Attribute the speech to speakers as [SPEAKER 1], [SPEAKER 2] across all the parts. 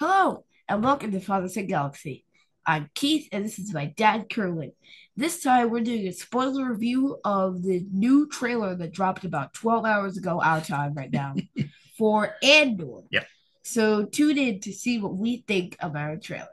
[SPEAKER 1] Hello, and welcome to Father Said Galaxy. I'm Keith, and this is my dad, Curlin. This time, we're doing a spoiler review of the new trailer that dropped about 12 hours ago, our time right now, for Andor.
[SPEAKER 2] Yep.
[SPEAKER 1] So, tune in to see what we think of our trailer.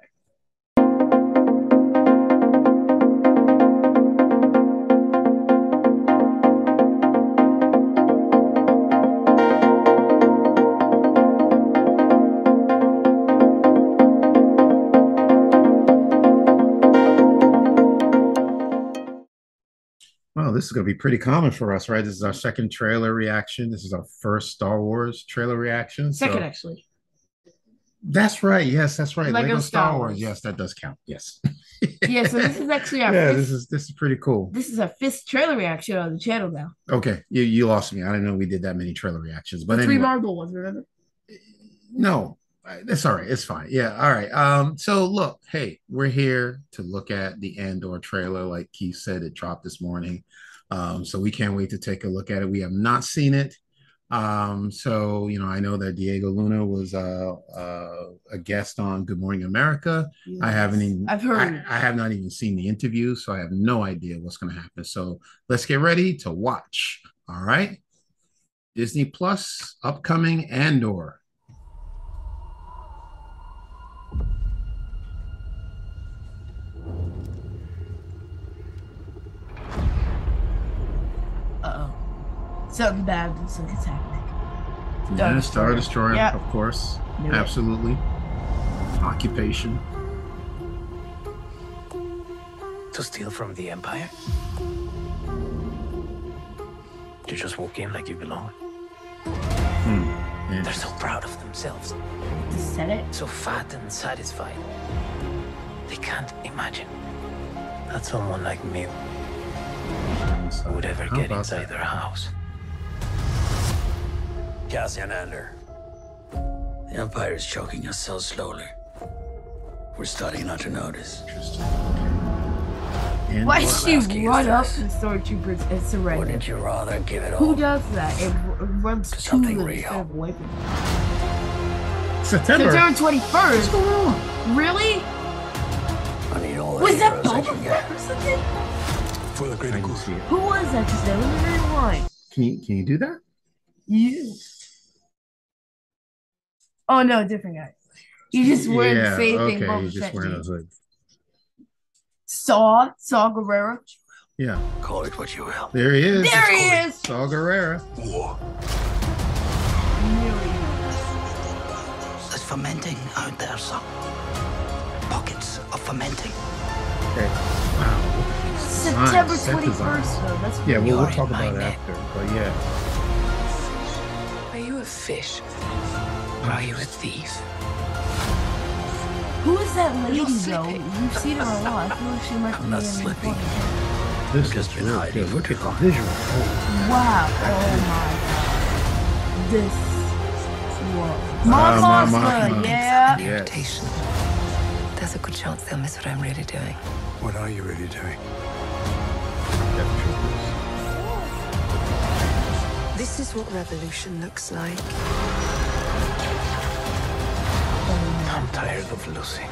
[SPEAKER 2] Well, this is going to be pretty common for us, right? This is our second trailer reaction. This is our first Star Wars trailer reaction. so-
[SPEAKER 1] Second, actually.
[SPEAKER 2] That's right. Yes, that's right.
[SPEAKER 1] Lego
[SPEAKER 2] Lego,
[SPEAKER 1] Star
[SPEAKER 2] Star, Wars.
[SPEAKER 1] Wars.
[SPEAKER 2] Yes, that does count. Yes.
[SPEAKER 1] Yeah, so this is actually our
[SPEAKER 2] yeah,
[SPEAKER 1] fifth,
[SPEAKER 2] this is this is pretty cool.
[SPEAKER 1] this is our fifth trailer reaction on the channel now.
[SPEAKER 2] Okay, you you lost me. I didn't know we did that many trailer reactions, but
[SPEAKER 1] the
[SPEAKER 2] anyway.
[SPEAKER 1] three Marvel ones, remember?
[SPEAKER 2] no I- that's all right it's fine yeah all right um so look hey we're here to look at the andor trailer like keith said it dropped this morning um so we can't wait to take a look at it we have not seen it um so you know i know that diego luna was uh, uh a guest on good morning america i haven't even
[SPEAKER 1] I've heard.
[SPEAKER 2] I, I have not even seen the interview so i have no idea what's going to happen so let's get ready to watch all right disney plus upcoming andor
[SPEAKER 1] Uh oh. Something bad looks like it's happening. Star
[SPEAKER 2] Yeah,
[SPEAKER 1] Destroyer.
[SPEAKER 2] Star Destroyer,
[SPEAKER 1] Yeah.
[SPEAKER 2] of course.
[SPEAKER 1] Knew it.
[SPEAKER 2] Absolutely. Occupation.
[SPEAKER 3] To steal from the Empire? To just walk in like you belong? They're so proud of themselves,
[SPEAKER 1] The Senate?
[SPEAKER 3] so fat and satisfied. They can't imagine that someone like me would ever
[SPEAKER 2] How
[SPEAKER 3] get
[SPEAKER 2] about
[SPEAKER 3] inside
[SPEAKER 2] that?
[SPEAKER 3] their house. Cassian Andor. The Empire is choking us so slowly. We're starting not to notice.
[SPEAKER 2] Interesting. And
[SPEAKER 1] Why
[SPEAKER 3] Well,
[SPEAKER 1] she
[SPEAKER 3] ask you
[SPEAKER 1] run up
[SPEAKER 3] this.
[SPEAKER 1] to the stormtroopers and uh, surrender?
[SPEAKER 3] Wouldn't you rather give it
[SPEAKER 1] Who
[SPEAKER 3] all
[SPEAKER 1] does that? It r- runs to
[SPEAKER 3] Something
[SPEAKER 1] them
[SPEAKER 3] real.
[SPEAKER 1] instead of away from them.
[SPEAKER 2] September.
[SPEAKER 1] September twenty first. Really?
[SPEAKER 3] I need all the
[SPEAKER 1] Was that
[SPEAKER 3] heroes I
[SPEAKER 1] Boba
[SPEAKER 3] can
[SPEAKER 1] Fett
[SPEAKER 3] get.
[SPEAKER 1] or something?
[SPEAKER 3] For the
[SPEAKER 2] I didn't see it.
[SPEAKER 1] Who was that? Just that was the very line.
[SPEAKER 2] Can you, can you do that?
[SPEAKER 1] You. Oh no, different guy. You just wearing the
[SPEAKER 2] Yeah,
[SPEAKER 1] same thing
[SPEAKER 2] okay, he's
[SPEAKER 1] Boba
[SPEAKER 2] just
[SPEAKER 1] Fett
[SPEAKER 2] wearing a
[SPEAKER 1] did.
[SPEAKER 2] hood.
[SPEAKER 1] Saw Saw Guerrero.
[SPEAKER 2] Yeah,
[SPEAKER 3] Call it what you will.
[SPEAKER 2] there he is.
[SPEAKER 1] There
[SPEAKER 2] It's
[SPEAKER 1] he
[SPEAKER 2] Corey
[SPEAKER 1] is!
[SPEAKER 2] Saw Gerrera.
[SPEAKER 3] War. There's fermenting out there, some pockets of fermenting.
[SPEAKER 2] Okay. Wow.
[SPEAKER 1] September
[SPEAKER 2] set
[SPEAKER 1] twenty first
[SPEAKER 2] design.
[SPEAKER 1] though. That's
[SPEAKER 2] Yeah,
[SPEAKER 1] really
[SPEAKER 2] well, we'll
[SPEAKER 1] hard.
[SPEAKER 2] talk about it
[SPEAKER 3] Mine.
[SPEAKER 2] after. But yeah,
[SPEAKER 3] Are you a fish? Or are you a thief?
[SPEAKER 1] Who is that lady
[SPEAKER 3] You're
[SPEAKER 1] though?
[SPEAKER 3] sleeping.
[SPEAKER 1] You've seen her a lot. I feel like she might
[SPEAKER 3] I'm
[SPEAKER 1] be
[SPEAKER 3] not
[SPEAKER 1] in the
[SPEAKER 3] sleeping.
[SPEAKER 1] fucking-
[SPEAKER 2] this
[SPEAKER 3] Just
[SPEAKER 2] is
[SPEAKER 3] been
[SPEAKER 2] really
[SPEAKER 3] hiding
[SPEAKER 2] good. Look
[SPEAKER 3] for
[SPEAKER 2] at
[SPEAKER 3] too
[SPEAKER 2] the
[SPEAKER 3] long.
[SPEAKER 2] visual. Oh,
[SPEAKER 1] Wow. Oh my god. This was
[SPEAKER 2] Mon
[SPEAKER 1] Mon
[SPEAKER 2] Mothma.
[SPEAKER 1] Mothma, yeah.
[SPEAKER 2] Yes.
[SPEAKER 4] irritation. There's a good chance they'll miss what I'm really doing.
[SPEAKER 3] What are you really doing?
[SPEAKER 2] Death Troopers.
[SPEAKER 4] This is what revolution looks like.
[SPEAKER 3] I'm tired of losing.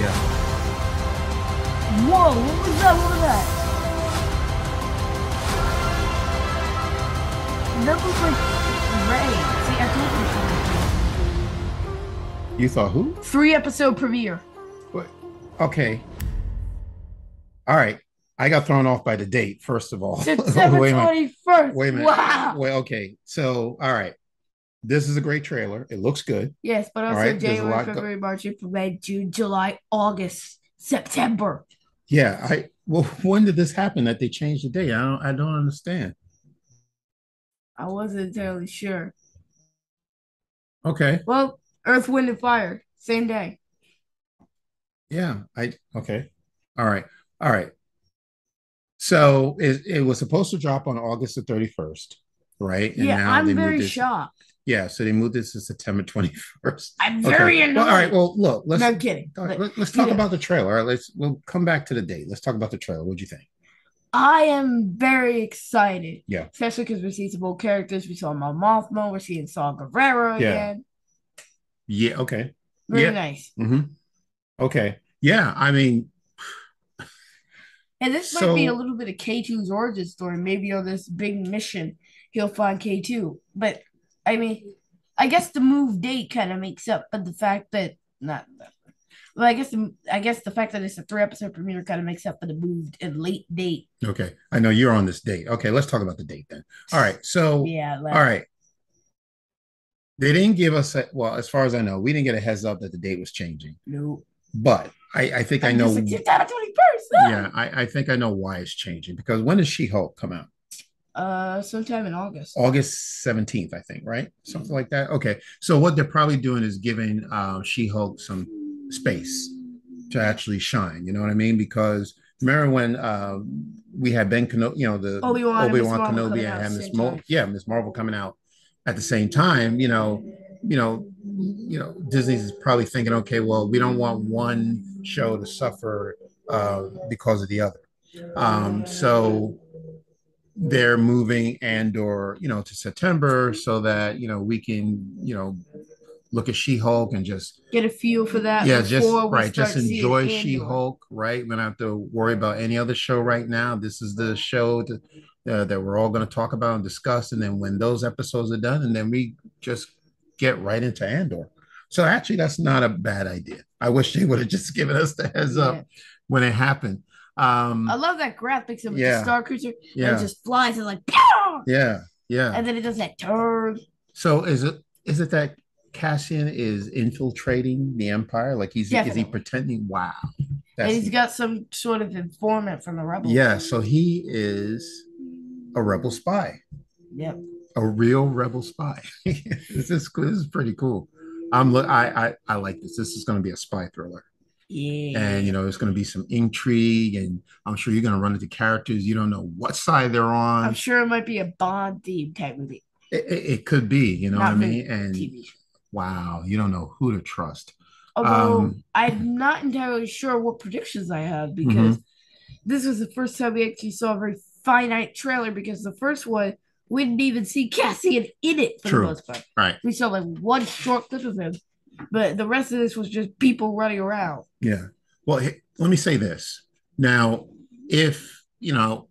[SPEAKER 2] Yeah.
[SPEAKER 1] Whoa, what was that? What was that? That was like Ray. See, I told
[SPEAKER 2] You thought who?
[SPEAKER 1] you. Three episode premiere.
[SPEAKER 2] What? Okay. All right. I got thrown off by the date, first of all.
[SPEAKER 1] September
[SPEAKER 2] Wait a minute.
[SPEAKER 1] twenty first.
[SPEAKER 2] Wait a minute.
[SPEAKER 1] Wow.
[SPEAKER 2] Well, okay. So, all right. This is a great trailer. It looks good.
[SPEAKER 1] Yes, but also
[SPEAKER 2] All right, there's a
[SPEAKER 1] January,
[SPEAKER 2] lot go-
[SPEAKER 1] February, March, April, May, June, July, August, September.
[SPEAKER 2] Yeah. I well, when did this happen that they changed the date? I don't I don't understand.
[SPEAKER 1] I wasn't entirely sure.
[SPEAKER 2] Okay.
[SPEAKER 1] Well, Earth, Wind, and Fire, same day.
[SPEAKER 2] Yeah. I okay. All right. All right. So it, it was supposed to drop on August the 31st, right? And
[SPEAKER 1] yeah,
[SPEAKER 2] now
[SPEAKER 1] I'm
[SPEAKER 2] they moved
[SPEAKER 1] very
[SPEAKER 2] it-
[SPEAKER 1] shocked.
[SPEAKER 2] Yeah, so they moved this to September 21st.
[SPEAKER 1] I'm
[SPEAKER 2] Okay.
[SPEAKER 1] very annoyed.
[SPEAKER 2] Well, all right. Well, look, let's
[SPEAKER 1] no, I'm kidding.
[SPEAKER 2] All right,
[SPEAKER 1] But
[SPEAKER 2] let, us talk
[SPEAKER 1] yeah.
[SPEAKER 2] about the trailer. All right, let's we'll come back to the date. Let's talk about the trailer. What'd you think?
[SPEAKER 1] I am very excited.
[SPEAKER 2] Yeah.
[SPEAKER 1] Especially because we're seeing some old characters. We saw Mon Mothma. We're seeing Saw Guerrero
[SPEAKER 2] Yeah.
[SPEAKER 1] again.
[SPEAKER 2] Yeah, okay.
[SPEAKER 1] Very
[SPEAKER 2] Yeah.
[SPEAKER 1] nice.
[SPEAKER 2] hmm Okay. Yeah. I mean,
[SPEAKER 1] And this might be a
[SPEAKER 2] So-
[SPEAKER 1] little bit of K2's origin story. Maybe on this big mission, he'll find K2. But I mean, I guess the move date kind of makes up, but the fact that not. Well, I guess the, I guess the fact that it's a three episode premiere kind of makes up for the moved and late date.
[SPEAKER 2] okay. I know you're on this date. Okay. Let's talk about the date then. All right. So,
[SPEAKER 1] Yeah, like,
[SPEAKER 2] Oh, all right. They didn't give us, a, well, as far as I know, we didn't get a heads up that the date was changing,
[SPEAKER 1] no.
[SPEAKER 2] but I, I think I
[SPEAKER 1] I'm just
[SPEAKER 2] know.
[SPEAKER 1] like, "It's on the 21st.
[SPEAKER 2] Yeah. I, I think I know why it's changing because when does She Hulk come out?
[SPEAKER 1] Uh, sometime in August.
[SPEAKER 2] Oh. August 17th, I think, right? Something like that. Okay. So what they're probably doing is giving uh, She-Hulk some space to actually shine. You know what I mean? Because remember when uh, we had Ben Kenobi, you know, the
[SPEAKER 1] Obi-Wan and Miss Marvel
[SPEAKER 2] Kenobi
[SPEAKER 1] coming
[SPEAKER 2] and
[SPEAKER 1] out
[SPEAKER 2] had
[SPEAKER 1] at the
[SPEAKER 2] Miss
[SPEAKER 1] same
[SPEAKER 2] Mar-
[SPEAKER 1] time.
[SPEAKER 2] yeah, Miss Marvel coming out at the same time, you know, you know, you know, Disney's is probably thinking, okay, well, we don't want one show to suffer uh, because of the other. Um, so they're moving and or you know to September so that you know we can you know look at She-Hulk and just
[SPEAKER 1] Get a feel for that.
[SPEAKER 2] yeah just
[SPEAKER 1] before we
[SPEAKER 2] right just
[SPEAKER 1] start seeing
[SPEAKER 2] enjoy
[SPEAKER 1] Andor.
[SPEAKER 2] She-Hulk right we don't have to worry about any other show right now this is the show that, uh, that we're all going to talk about and discuss and then when those episodes are done and then we just get right into Andor so actually that's not a bad idea I wish they would have just given us the heads
[SPEAKER 1] Yeah.
[SPEAKER 2] up when it happened um
[SPEAKER 1] I love that graphics of
[SPEAKER 2] Yeah.
[SPEAKER 1] the star creature. And
[SPEAKER 2] yeah
[SPEAKER 1] it just flies and like, "Pow!"
[SPEAKER 2] yeah yeah
[SPEAKER 1] and then it does that turn.
[SPEAKER 2] So is it is it that Cassian is infiltrating the Empire? Like he's is he
[SPEAKER 1] Definitely.
[SPEAKER 2] pretending? Wow,
[SPEAKER 1] And
[SPEAKER 2] That's-
[SPEAKER 1] he's got some sort of informant from the rebels.
[SPEAKER 2] yeah. So he is a rebel spy,
[SPEAKER 1] Yep.
[SPEAKER 2] a real rebel spy. this is this is pretty cool. I'm li- I I I like this. This is going to be a spy thriller,
[SPEAKER 1] Yeah.
[SPEAKER 2] and you know there's going to be some intrigue, and I'm sure you're going to run into characters you don't know what side they're on.
[SPEAKER 1] I'm sure it might be a Bond theme type movie.
[SPEAKER 2] it, it, it could be, you know what I
[SPEAKER 1] Not
[SPEAKER 2] mean? And
[SPEAKER 1] TV.
[SPEAKER 2] wow, you don't know who to trust.
[SPEAKER 1] Although
[SPEAKER 2] um, Mm-hmm.
[SPEAKER 1] I'm not entirely sure what predictions I have because this was the first time we actually saw a very finite trailer because the first one we didn't even see Cassian in it for
[SPEAKER 2] True.
[SPEAKER 1] the most part.
[SPEAKER 2] Right.
[SPEAKER 1] We saw like one short clip of him, but the rest of this was just people running around.
[SPEAKER 2] Yeah. Well, he- let me say this. Now, if, you know,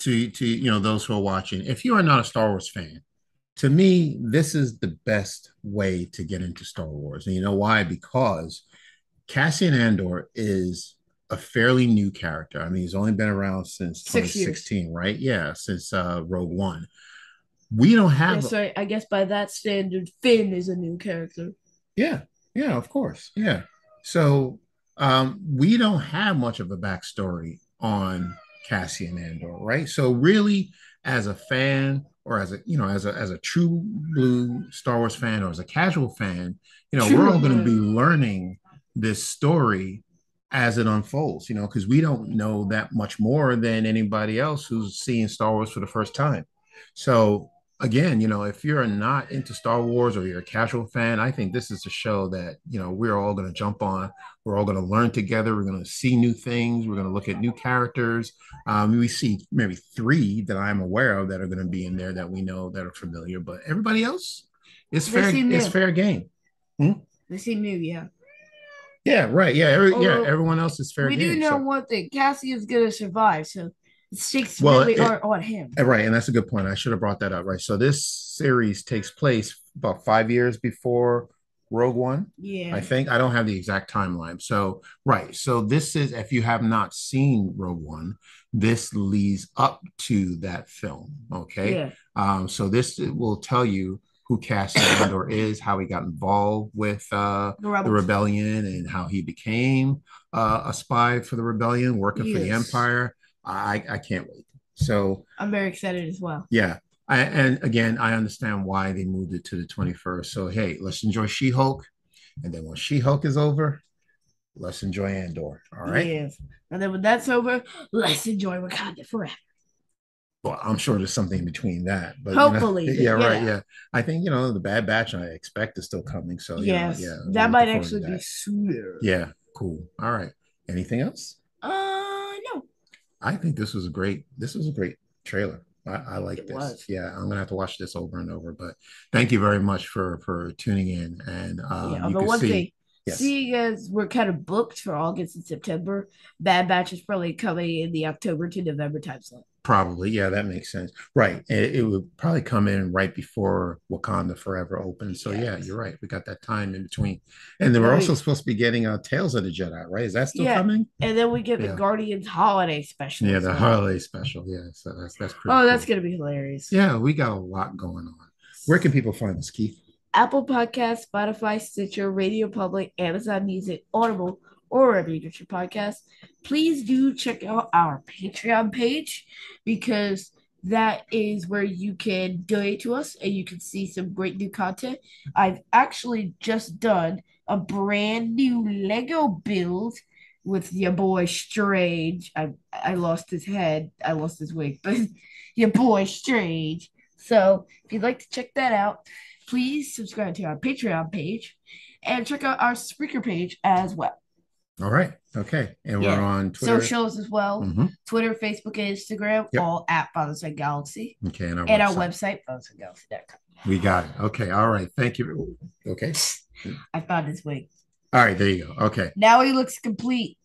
[SPEAKER 2] to to you know those who are watching, if you are not a Star Wars fan, to me, this is the best way to get into Star Wars. And you know why? Because Cassian Andor is a fairly new character. I mean, he's only been around since
[SPEAKER 1] Six years.
[SPEAKER 2] 2016, right? Yeah, since uh Rogue One. We don't
[SPEAKER 1] Yeah,
[SPEAKER 2] have
[SPEAKER 1] so I guess by that standard, Finn is a new character.
[SPEAKER 2] Yeah, yeah, of course. Yeah. So um, we don't have much of a backstory on Cassian Andor, right? So really, as a fan or as a you know, as a as a true blue Star Wars fan or as a casual fan, you know, we're all going to be learning this story as it unfolds, you know, because we don't know that much more than anybody else who's seeing Star Wars for the first time. So again, you know, if you're not into Star Wars or you're a casual fan, I think this is a show that, you know, we're all going to jump on. We're all going to learn together. We're going to see new things. We're going to look at new characters. Um, we see maybe three that I'm aware of that are going to be in there that we know that are familiar, but everybody else, it's
[SPEAKER 1] They
[SPEAKER 2] fair.
[SPEAKER 1] seem
[SPEAKER 2] It's
[SPEAKER 1] new.
[SPEAKER 2] fair game.
[SPEAKER 1] They seem new, yeah.
[SPEAKER 2] Yeah, right. Yeah, every, yeah.
[SPEAKER 1] Although,
[SPEAKER 2] Everyone else is fair
[SPEAKER 1] we
[SPEAKER 2] game.
[SPEAKER 1] do know
[SPEAKER 2] so-
[SPEAKER 1] one thing: Cassie is gonna survive, so the stakes
[SPEAKER 2] Well,
[SPEAKER 1] really
[SPEAKER 2] it-
[SPEAKER 1] are on him.
[SPEAKER 2] Uh, Right, and that's a good point. I should have brought that up. Right, so this series takes place about five years before Rogue One,
[SPEAKER 1] Yeah,
[SPEAKER 2] I think. I don't have the exact timeline. So, right, so this is if you have not seen Rogue One, this leads up to that film. Okay,
[SPEAKER 1] yeah.
[SPEAKER 2] um, so this will tell you who Cassian Andor is, how he got involved with uh,
[SPEAKER 1] The
[SPEAKER 2] the
[SPEAKER 1] rebels.
[SPEAKER 2] rebellion and how he became uh, a spy for the rebellion, working for the
[SPEAKER 1] Yes.
[SPEAKER 2] Empire. I, I can't wait. So.
[SPEAKER 1] I'm very excited as well.
[SPEAKER 2] Yeah. I, and again, I understand why they moved it to the 21st. So, hey, let's enjoy She Hulk. And then when She Hulk is over, let's enjoy Andor. All right.
[SPEAKER 1] Yes. And then when that's over, let's enjoy Wakanda forever.
[SPEAKER 2] Well, I'm sure there's something in between that. But you know,
[SPEAKER 1] Hopefully,
[SPEAKER 2] yeah, right.
[SPEAKER 1] yeah.
[SPEAKER 2] Yeah. I think, you know, the Bad Batch, I expect, is still coming. So, you know,
[SPEAKER 1] yes,
[SPEAKER 2] Oh, yeah.
[SPEAKER 1] that
[SPEAKER 2] we're
[SPEAKER 1] might
[SPEAKER 2] looking
[SPEAKER 1] actually
[SPEAKER 2] forward to
[SPEAKER 1] be sooner.
[SPEAKER 2] that. Yeah. Cool. All right. Anything else?
[SPEAKER 1] Uh, no.
[SPEAKER 2] I think this was a great, this was a great trailer. I, I like
[SPEAKER 1] It
[SPEAKER 2] this.
[SPEAKER 1] was.
[SPEAKER 2] Yeah, I'm gonna have to watch this over and over. But thank you very much for for tuning in. And um,
[SPEAKER 1] yeah,
[SPEAKER 2] you
[SPEAKER 1] although
[SPEAKER 2] can
[SPEAKER 1] one
[SPEAKER 2] see,
[SPEAKER 1] thing,
[SPEAKER 2] Yes.
[SPEAKER 1] Seeing as we're kind of booked for August and September, Bad Batch is probably coming in the October to November time slot.
[SPEAKER 2] Probably, yeah, that makes sense. Right, it, it would probably come in right before Wakanda Forever opens. So yeah,
[SPEAKER 1] Yes.
[SPEAKER 2] you're right. We got that time in between, and then we're
[SPEAKER 1] Right.
[SPEAKER 2] also supposed to be getting uh, Tales of the Jedi, right? Is that still
[SPEAKER 1] Yeah.
[SPEAKER 2] coming?
[SPEAKER 1] And then we get the
[SPEAKER 2] Yeah.
[SPEAKER 1] Guardians Holiday Special.
[SPEAKER 2] Yeah,
[SPEAKER 1] as
[SPEAKER 2] the
[SPEAKER 1] well.
[SPEAKER 2] holiday special. Yeah, so that's that's pretty.
[SPEAKER 1] Oh, that's
[SPEAKER 2] cool.
[SPEAKER 1] gonna be hilarious.
[SPEAKER 2] Yeah, we got a lot going on. Where can people find us, Keith?
[SPEAKER 1] Apple Podcasts, Spotify, Stitcher, Radio Public, Amazon Music, Audible, or wherever you get your podcasts. Please do check out our Patreon page because that is where you can donate to us and you can see some great new content. I've actually just done a brand new Lego build with your boy Strange. I I lost his head. I lost his wig, but your boy Strange. So if you'd like to check that out, please subscribe to our Patreon page and check out our Spreaker page as well.
[SPEAKER 2] All right, okay, and
[SPEAKER 1] Yeah.
[SPEAKER 2] we're on Twitter.
[SPEAKER 1] Socials as well.
[SPEAKER 2] Mhm.
[SPEAKER 1] Twitter, Facebook, and Instagram,
[SPEAKER 2] Yep.
[SPEAKER 1] all at Father Side Galaxy.
[SPEAKER 2] Okay, and our
[SPEAKER 1] And our
[SPEAKER 2] website.
[SPEAKER 1] website, fathersidegalaxy.com.
[SPEAKER 2] We got it. Okay, all right. Thank you. Okay, Mm.
[SPEAKER 1] I found his wig.
[SPEAKER 2] all right. There you go. Okay.
[SPEAKER 1] Now he looks complete.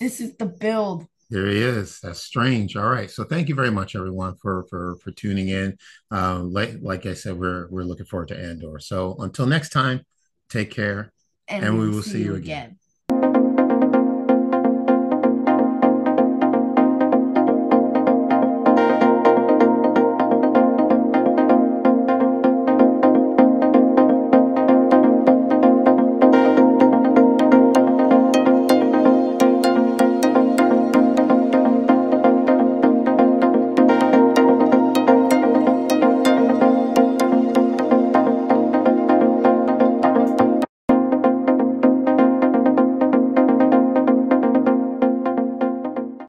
[SPEAKER 1] This is the build.
[SPEAKER 2] There he is. That's strange. All right. So thank you very much, everyone, for for for tuning in. Um, like like I said, we're we're looking forward to Andor. So until next time, take care. And we will see you again.